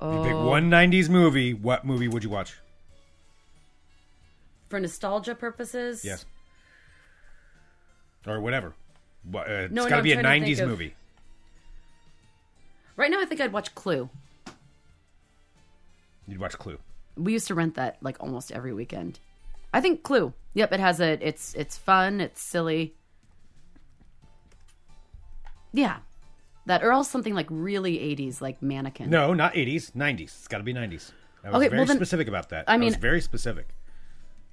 A: You pick one 90s movie. What movie would you watch?
B: For nostalgia purposes,
A: Yes. Or whatever. What, uh,
B: No,
A: it's
B: no,
A: got to
B: I'm
A: be a
B: trying to think
A: 90s
B: of-
A: movie.
B: Right now, I think I'd watch Clue.
A: You'd watch Clue.
B: we used to rent that like almost every weekend. I think Clue. Yep, it has a. It's it's fun. It's silly. Yeah, that or else something like really eighties, like Mannequin.
A: No, not 80s. 90s. It's got to be 90s. I was
B: Okay,
A: very
B: well then-
A: specific about that.
B: I
A: I mean, was
B: mean-
A: very specific.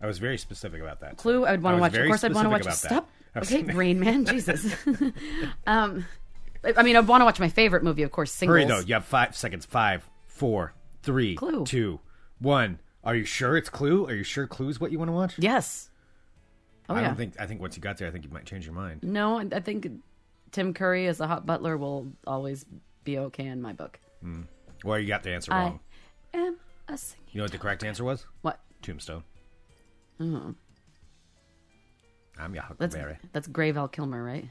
A: I was very specific about that.
B: Clue. I would want
A: I was
B: to watch. Of
A: very
B: course, I'd want to
A: specific
B: watch.
A: about that.
B: Stop.
A: I was-
B: Okay, Rain Man. Jesus. um, I- I mean, I'd want to watch my favorite movie, of course, Singles.
A: Hurry though. You have five seconds. Five, four, three,
B: Clue.
A: two, one. Are you sure it's Clue? Are you sure Clue's what you want to watch?
B: Yes. Oh
A: I
B: yeah.
A: don't think. I think once you got there, I think you might change your mind.
B: No, I I think Tim Curry as a hot butler will always be okay in my book.
A: Well, you got the answer
B: I
A: wrong.
B: am a singer.
A: You know what the correct answer was?
B: What?
A: Tombstone. I'm your
B: Mm-hmm. That's
A: Huckleberry.
B: that's Gray Val Kilmer, right?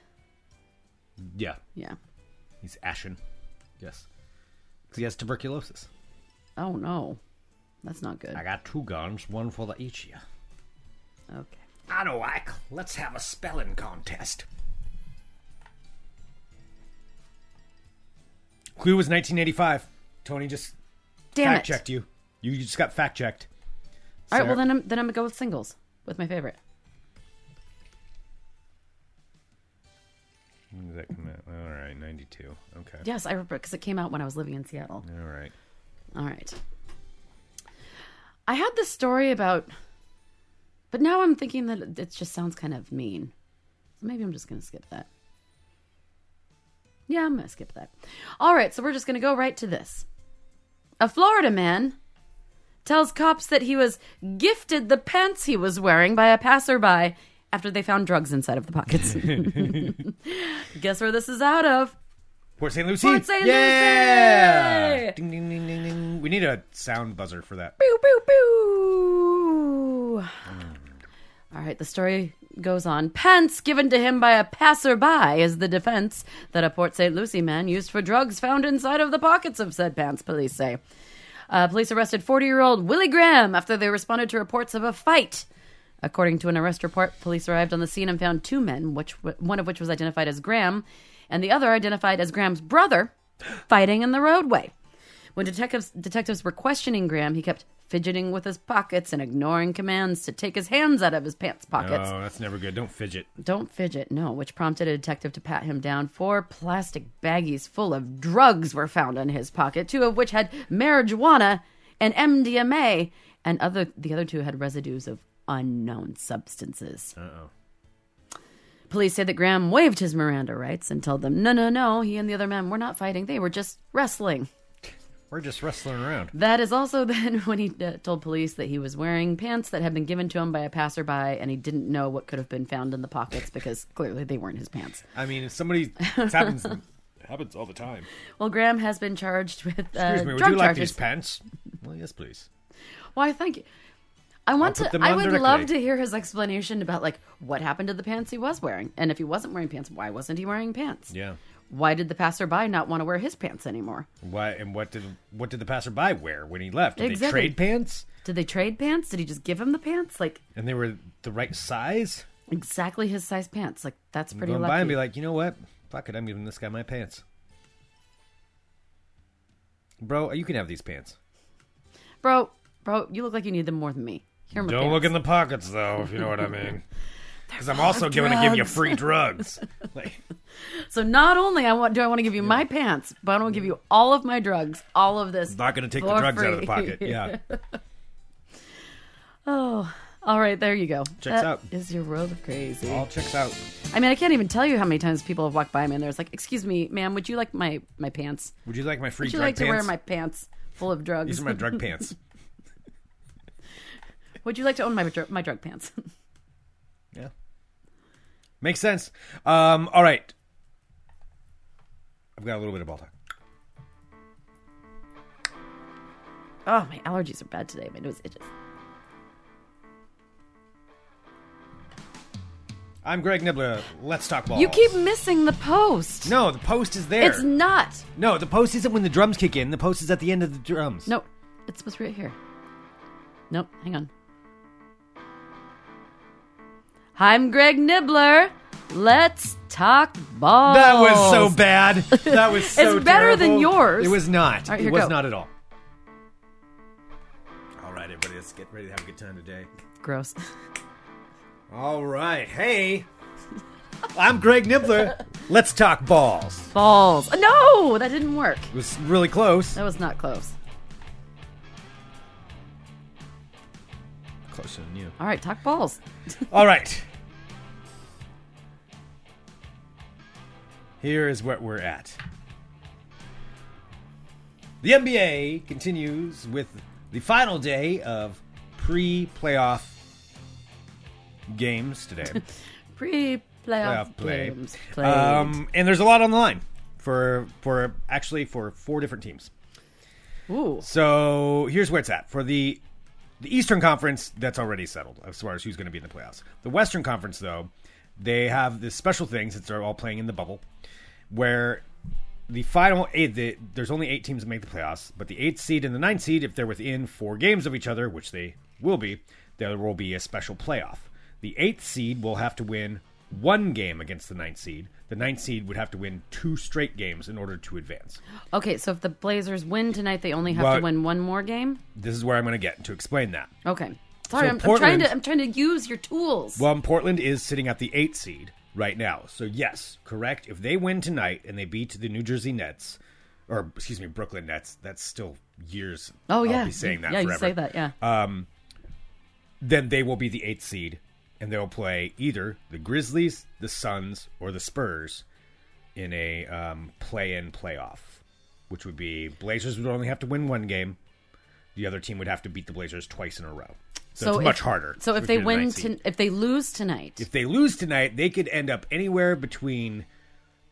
A: Yeah,
B: Yeah.
A: he's ashen. Yes, 'Cause he has tuberculosis.
B: Oh no, that's not good.
A: I got two guns, one for the each of you.
B: Okay.
A: Anorak, let's have a spelling contest. Clue was 1985. Tony just
B: Damn
A: fact
B: it!
A: checked you. You just got fact checked.
B: All right, well then I'm then I'm gonna go with singles with my favorite.
A: When did that come out? All right, 92. Okay.
B: Yes, I remember because it came out when I was living in Seattle.
A: All right.
B: All right. I had this story about, but now I'm thinking that it it just sounds kind of mean. So maybe I'm just gonna skip that. Yeah, I'm gonna skip that. All right, so we're just gonna go right to this. A Florida man tells cops that he was gifted the pants he was wearing by a passerby after they found drugs inside of the pockets. Guess where this is out of?
A: Port St. Lucie.
B: Port St.
A: Yeah!
B: Lucie!
A: Ding, ding, ding, ding, ding. We need a sound buzzer for that.
B: Boo, boo, boo. All right, the story goes on. Pants given to him by a passerby is the defense that a Port St. Lucie man used for drugs found inside of the pockets of said pants, police say. Uh, police arrested 40 year old Willie Graham after they responded to reports of a fight. According to an arrest report, police arrived on the scene and found two men, which one of which was identified as Graham, and the other identified as Graham's brother, fighting in the roadway. When detectives detectives were questioning Graham, he kept fidgeting with his pockets and ignoring commands to take his hands out of his pants pockets.
A: Oh, that's never good. Don't fidget.
B: Don't fidget, no, which prompted a detective to pat him down. Four plastic baggies full of drugs were found in his pocket, two of which had marijuana and MDMA, and other the other two had residues of unknown substances.
A: Uh-oh.
B: Police say that Graham waived his Miranda rights and told them, "No, no, no, he and the other men were not fighting. They were just wrestling."
A: We're just wrestling around.
B: That is also then when he uh, told police that he was wearing pants that had been given to him by a passerby and he didn't know what could have been found in the pockets because clearly they weren't his pants.
A: I mean, if somebody... It happens, it happens all the time.
B: Well, Graham has been charged with uh,
A: Excuse me, would
B: drug
A: you like
B: charges.
A: these pants? Well, yes, please.
B: Why, thank you. I want
A: I'll put
B: to.
A: them
B: I
A: on
B: would
A: directly.
B: love to hear his explanation about like what happened to the pants he was wearing, and if he wasn't wearing pants, why wasn't he wearing pants?
A: Yeah.
B: Why did the passerby not want to wear his pants anymore?
A: Why and what did what did the passerby wear when he left? Did
B: Exactly.
A: they trade pants?
B: Did they trade pants? Did he just give him the pants? Like
A: And they were the right size?
B: exactly his size pants. Like that's pretty
A: Going
B: lucky.
A: by and be like, you know what? Fuck it, I'm giving this guy my pants. Bro, you can have these pants.
B: bro, bro, you look like you need them more than me. Here are my
A: Don't
B: pants.
A: look in the pockets though, if you know what I mean. because I'm also going to give you free drugs. like,
B: So not only I want do I want to give you my pants, but I want to give you all of my drugs, all of this.
A: not going to take the
B: For
A: drugs out of the
B: free.
A: pocket. Yeah.
B: Oh, all right, there you go.
A: Checks
B: That
A: out.
B: Is your world of crazy?
A: All checks out.
B: I mean, I can't even tell you how many times people have walked by me and there's like, "Excuse me, ma'am, would you like my my pants?
A: Would you like my free
B: Would you
A: drug
B: like
A: pants?
B: to wear my pants full of drugs?
A: These are my drug pants.
B: would you like to own my dr- my drug pants?
A: Yeah. Makes sense. Um, all right. I've got a little bit of ball talk.
B: oh, my allergies are bad today. My nose itches.
A: I'm Greg Nibbler. Let's talk ball.
B: You keep missing the post.
A: No, the post is there.
B: it's not.
A: No, the post isn't when the drums kick in. The post is at the end of the drums.
B: No, it's supposed to be right here. Nope, hang on. I'm Greg Nibbler. Let's talk balls.
A: That was so bad. That was so
B: Oh. It's better than
A: terrible.
B: yours.
A: It was not.
B: All right,
A: it
B: here
A: was
B: go.
A: not at all. All right, everybody, let's get ready to have a good time today.
B: Gross.
A: All right, hey. I'm Greg Nibbler. Let's talk balls.
B: Balls. Uh, No, that didn't work.
A: It was really close.
B: That was not close.
A: Closer than you.
B: All right, talk balls.
A: All right. Here is what we're at. The NBA continues with the final day of pre playoff games today.
B: Pre
A: playoff
B: playoff
A: play.
B: games.
A: Um, and there's a lot on the line for for actually for four different teams.
B: played. Ooh.
A: So here's where it's at for the the Eastern Conference. That's already settled as far as who's going to be in the playoffs. The Western Conference, though, they have this special thing since they're all playing in the bubble, where the final eight. The, there's only eight teams that make the playoffs, but the eighth seed and the ninth seed, if they're within four games of each other, which they will be, there will be a special playoff. The eighth seed will have to win one game against the ninth seed. The ninth seed would have to win two straight games in order to advance.
B: Okay, so if the Blazers win tonight, they only have
A: Well-
B: to win one more game.
A: This is where I'm going to get to explain that.
B: Okay. Sorry, I'm, I'm trying
A: Portland-
B: to. I'm trying to use your tools.
A: Well, Portland is sitting at the eight seed right now. So yes, correct. If they win tonight and they beat the New Jersey Nets, or excuse me, Brooklyn Nets, that's still years.
B: oh
A: I'll
B: yeah,
A: be saying that
B: Yeah,
A: forever. Uh,
B: you say that. Yeah.
A: Then they will be the eighth seed, and they'll play either the Grizzlies, the Suns, or the Spurs in a um, play-in playoff, which would be Blazers would only have to win one game. The other team would have to beat the Blazers twice in a row. So, it's
B: if-
A: much harder.
B: So if
A: Would
B: they
A: be the
B: win,
A: ninth seed.
B: to, if they lose tonight,
A: if they lose tonight, they could end up anywhere between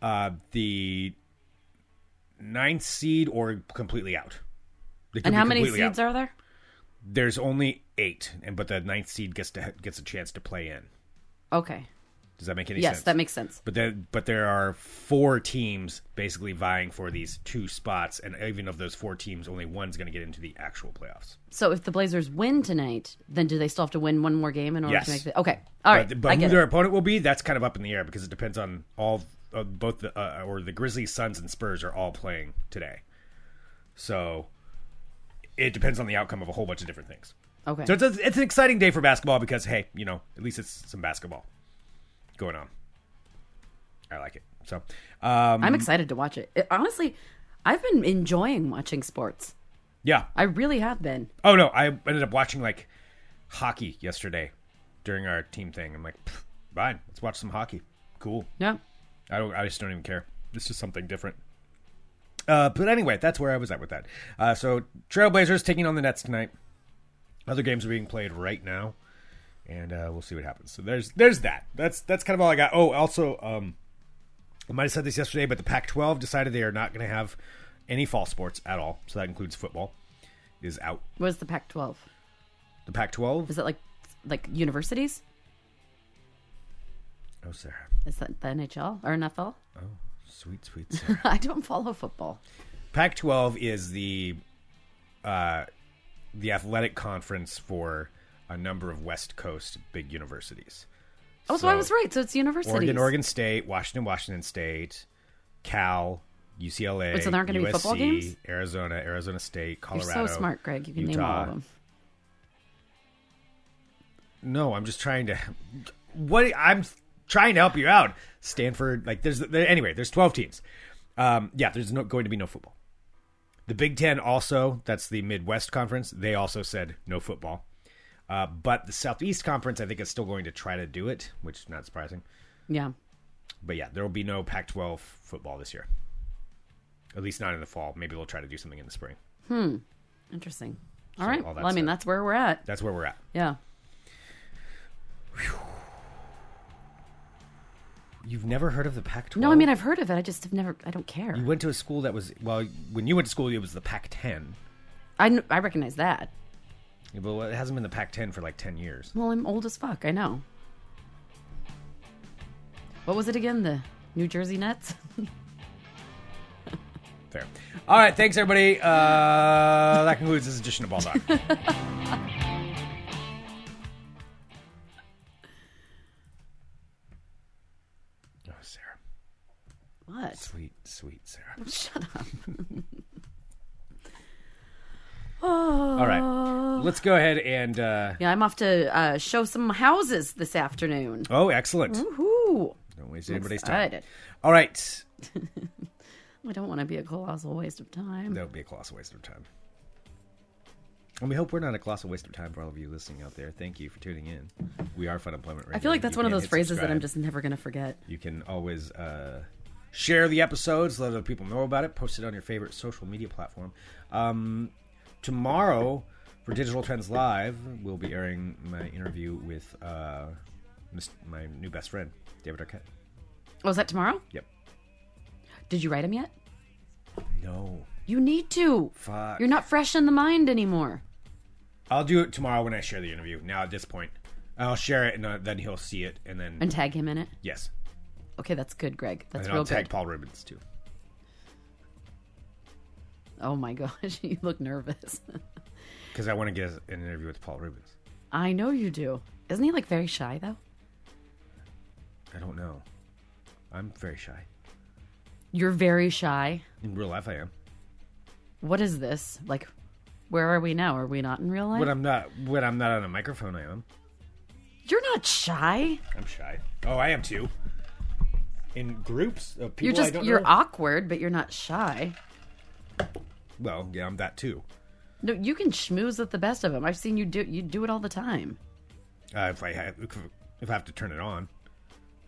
A: uh, the ninth seed or completely out. They could
B: and
A: be
B: how many
A: completely
B: seeds
A: out.
B: are there?
A: There's only eight, and but the ninth seed gets to gets a chance to play in.
B: Okay.
A: Does that make any
B: Yes,
A: sense?
B: that makes sense.
A: But then, but there are four teams basically vying for these two spots, and even of those four teams, only one's going to get into the actual playoffs.
B: So if the Blazers win tonight, then do they still have to win one more game in order
A: Yes.
B: to make the? Okay. All right.
A: but, but
B: I
A: who
B: get
A: their
B: it.
A: opponent will be, that's kind of up in the air because it depends on all uh, both the uh, or the Grizzlies, Suns, and Spurs are all playing today, so it depends on the outcome of a whole bunch of different things.
B: Okay.
A: So it's, a, it's an exciting day for basketball because hey, you know, at least it's some basketball going on. I like it. So um,
B: I'm excited to watch it. It- Honestly, I've been enjoying watching sports.
A: yeah.
B: I really have been.
A: Oh no, I ended up watching like hockey yesterday during our team thing. I'm like, "Pfft, fine, let's watch some hockey. Cool.
B: Yeah.
A: I don't. I just don't even care. It's just something different. Uh, but anyway, that's where I was at with that. Uh, so Trailblazers taking on the Nets tonight. Other games are being played right now, and uh, we'll see what happens. So there's there's that. That's that's kind of all I got. Oh, also, um, I might have said this yesterday, but the Pac-12 decided they are not going to have any fall sports at all. So that includes football is out.
B: What is the Pac-12?
A: The Pac-12.
B: Is that like like universities?
A: Oh, Sarah,
B: Is that the NHL or NFL?
A: sweet sweet Sarah.
B: I don't follow football.
A: Pac-12 is the uh, the athletic conference for a number of West Coast big universities.
B: Oh, so, I was right. So it's universities.
A: Oregon, Oregon State, Washington, Washington State, Cal, UCLA,
B: Wait, so there aren't gonna be
A: USC,
B: football games?
A: Arizona, Arizona State,
B: You're
A: Colorado.
B: so smart, Greg. You can name all
A: Utah.
B: of them.
A: No, I'm just trying to. what I'm trying to help you out. Stanford, like there's there, anyway, there's 12 teams. Um, yeah, there's no, going to be no football. The Big Ten also, that's the Midwest Conference. They also said no football. Uh, but the Southeast Conference, I think, is still going to try to do it, which is not surprising.
B: Yeah.
A: But yeah, there will be no Pac 12 football this year. At least not in the fall. Maybe they'll try to do something in the spring.
B: Interesting. All right.
A: all
B: well, I
A: that's
B: mean,
A: it.
B: that's where we're at.
A: That's where we're at.
B: Yeah.
A: You've never heard of the Pac 12?
B: No, I mean, I've heard of it. I just have never, I don't care.
A: You went to a school that was, well, when you went to school, it was the Pac 10.
B: I, kn- I recognize that.
A: Well, it hasn't been the Pac 10 for like 10 years.
B: Well, I'm old as fuck. I know. What was it again? The New Jersey Nets?
A: Fair. All right. Thanks, everybody. Uh, that concludes this edition of Ball Talk. oh, Sarah.
B: What?
A: Sweet, sweet Sarah.
B: Shut up.
A: All right. Let's go ahead and. Uh,
B: Oh. Yeah, I'm off to uh, show some houses this afternoon.
A: oh, excellent.
B: Mm-hmm. Woohoo!
A: Don't waste anybody's time.
B: Excited.
A: All right.
B: I don't want to be a colossal waste of time.
A: That would be a colossal waste of time. And we hope we're not a colossal waste of time for all of you listening out there. Thank you for tuning in. We are Fun Employment Radio.
B: I feel like that's
A: You
B: one of
A: can
B: those
A: hit
B: phrases that
A: subscribe.
B: I'm just never going to forget.
A: You can always uh, share the episodes, let other people know about it, post it on your favorite social media platform. Um, tomorrow, for Digital Trends Live, we'll be airing my interview with uh, mis- my new best friend, David Arquette.
B: Oh, is that tomorrow?
A: Yep.
B: Did you write them yet?
A: No.
B: You need to.
A: Fuck.
B: You're not fresh in the mind anymore.
A: I'll do it tomorrow when I share the interview. Now, at this point, I'll share it and uh, then he'll see it. And then,
B: And tag him in it.
A: yes.
B: Okay, that's good, Greg.
A: And
B: That's
A: then
B: real
A: I'll tag
B: good.
A: Paul Rubens too.
B: Oh my gosh, you look nervous.
A: Because I want to get an interview with Paul Rubens.
B: I know you do. Isn't he like very shy though?
A: I don't know. I'm very shy.
B: You're very shy.
A: In real life, I am.
B: What is this? Like, where are we now? Are we not in real life?
A: When I'm not when I'm not on a microphone, I am.
B: You're not shy.
A: I'm shy. Oh, I am too. In groups of people,
B: You're
A: I
B: just
A: don't
B: you're
A: know.
B: awkward, but you're not shy.
A: well, yeah, I'm that too.
B: No, you can schmooze with the best of them. I've seen you do you do it all the time.
A: Uh, if I have, if I have to turn it on,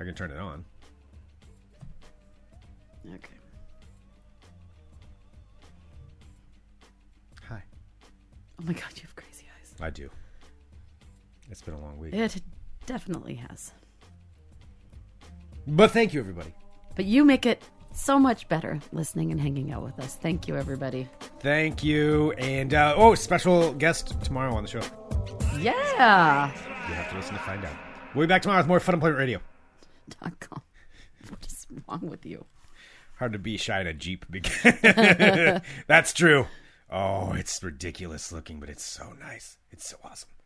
A: I can turn it on.
B: Okay.
A: Hi,
B: Oh my god, you have crazy eyes.
A: I do. It's been a long week,
B: It definitely has.
A: but thank you, everybody.
B: But you make it so much better listening and hanging out with us. Thank you, everybody.
A: Thank you, and uh, oh, special guest tomorrow on the show.
B: Yeah.
A: You have to listen to find out. We'll be back tomorrow with more Fun Employment Radio.
B: Dot com. What is wrong with you?
A: Hard to be shy in a Jeep. because That's true. Oh, it's ridiculous looking, but it's so nice. It's so awesome.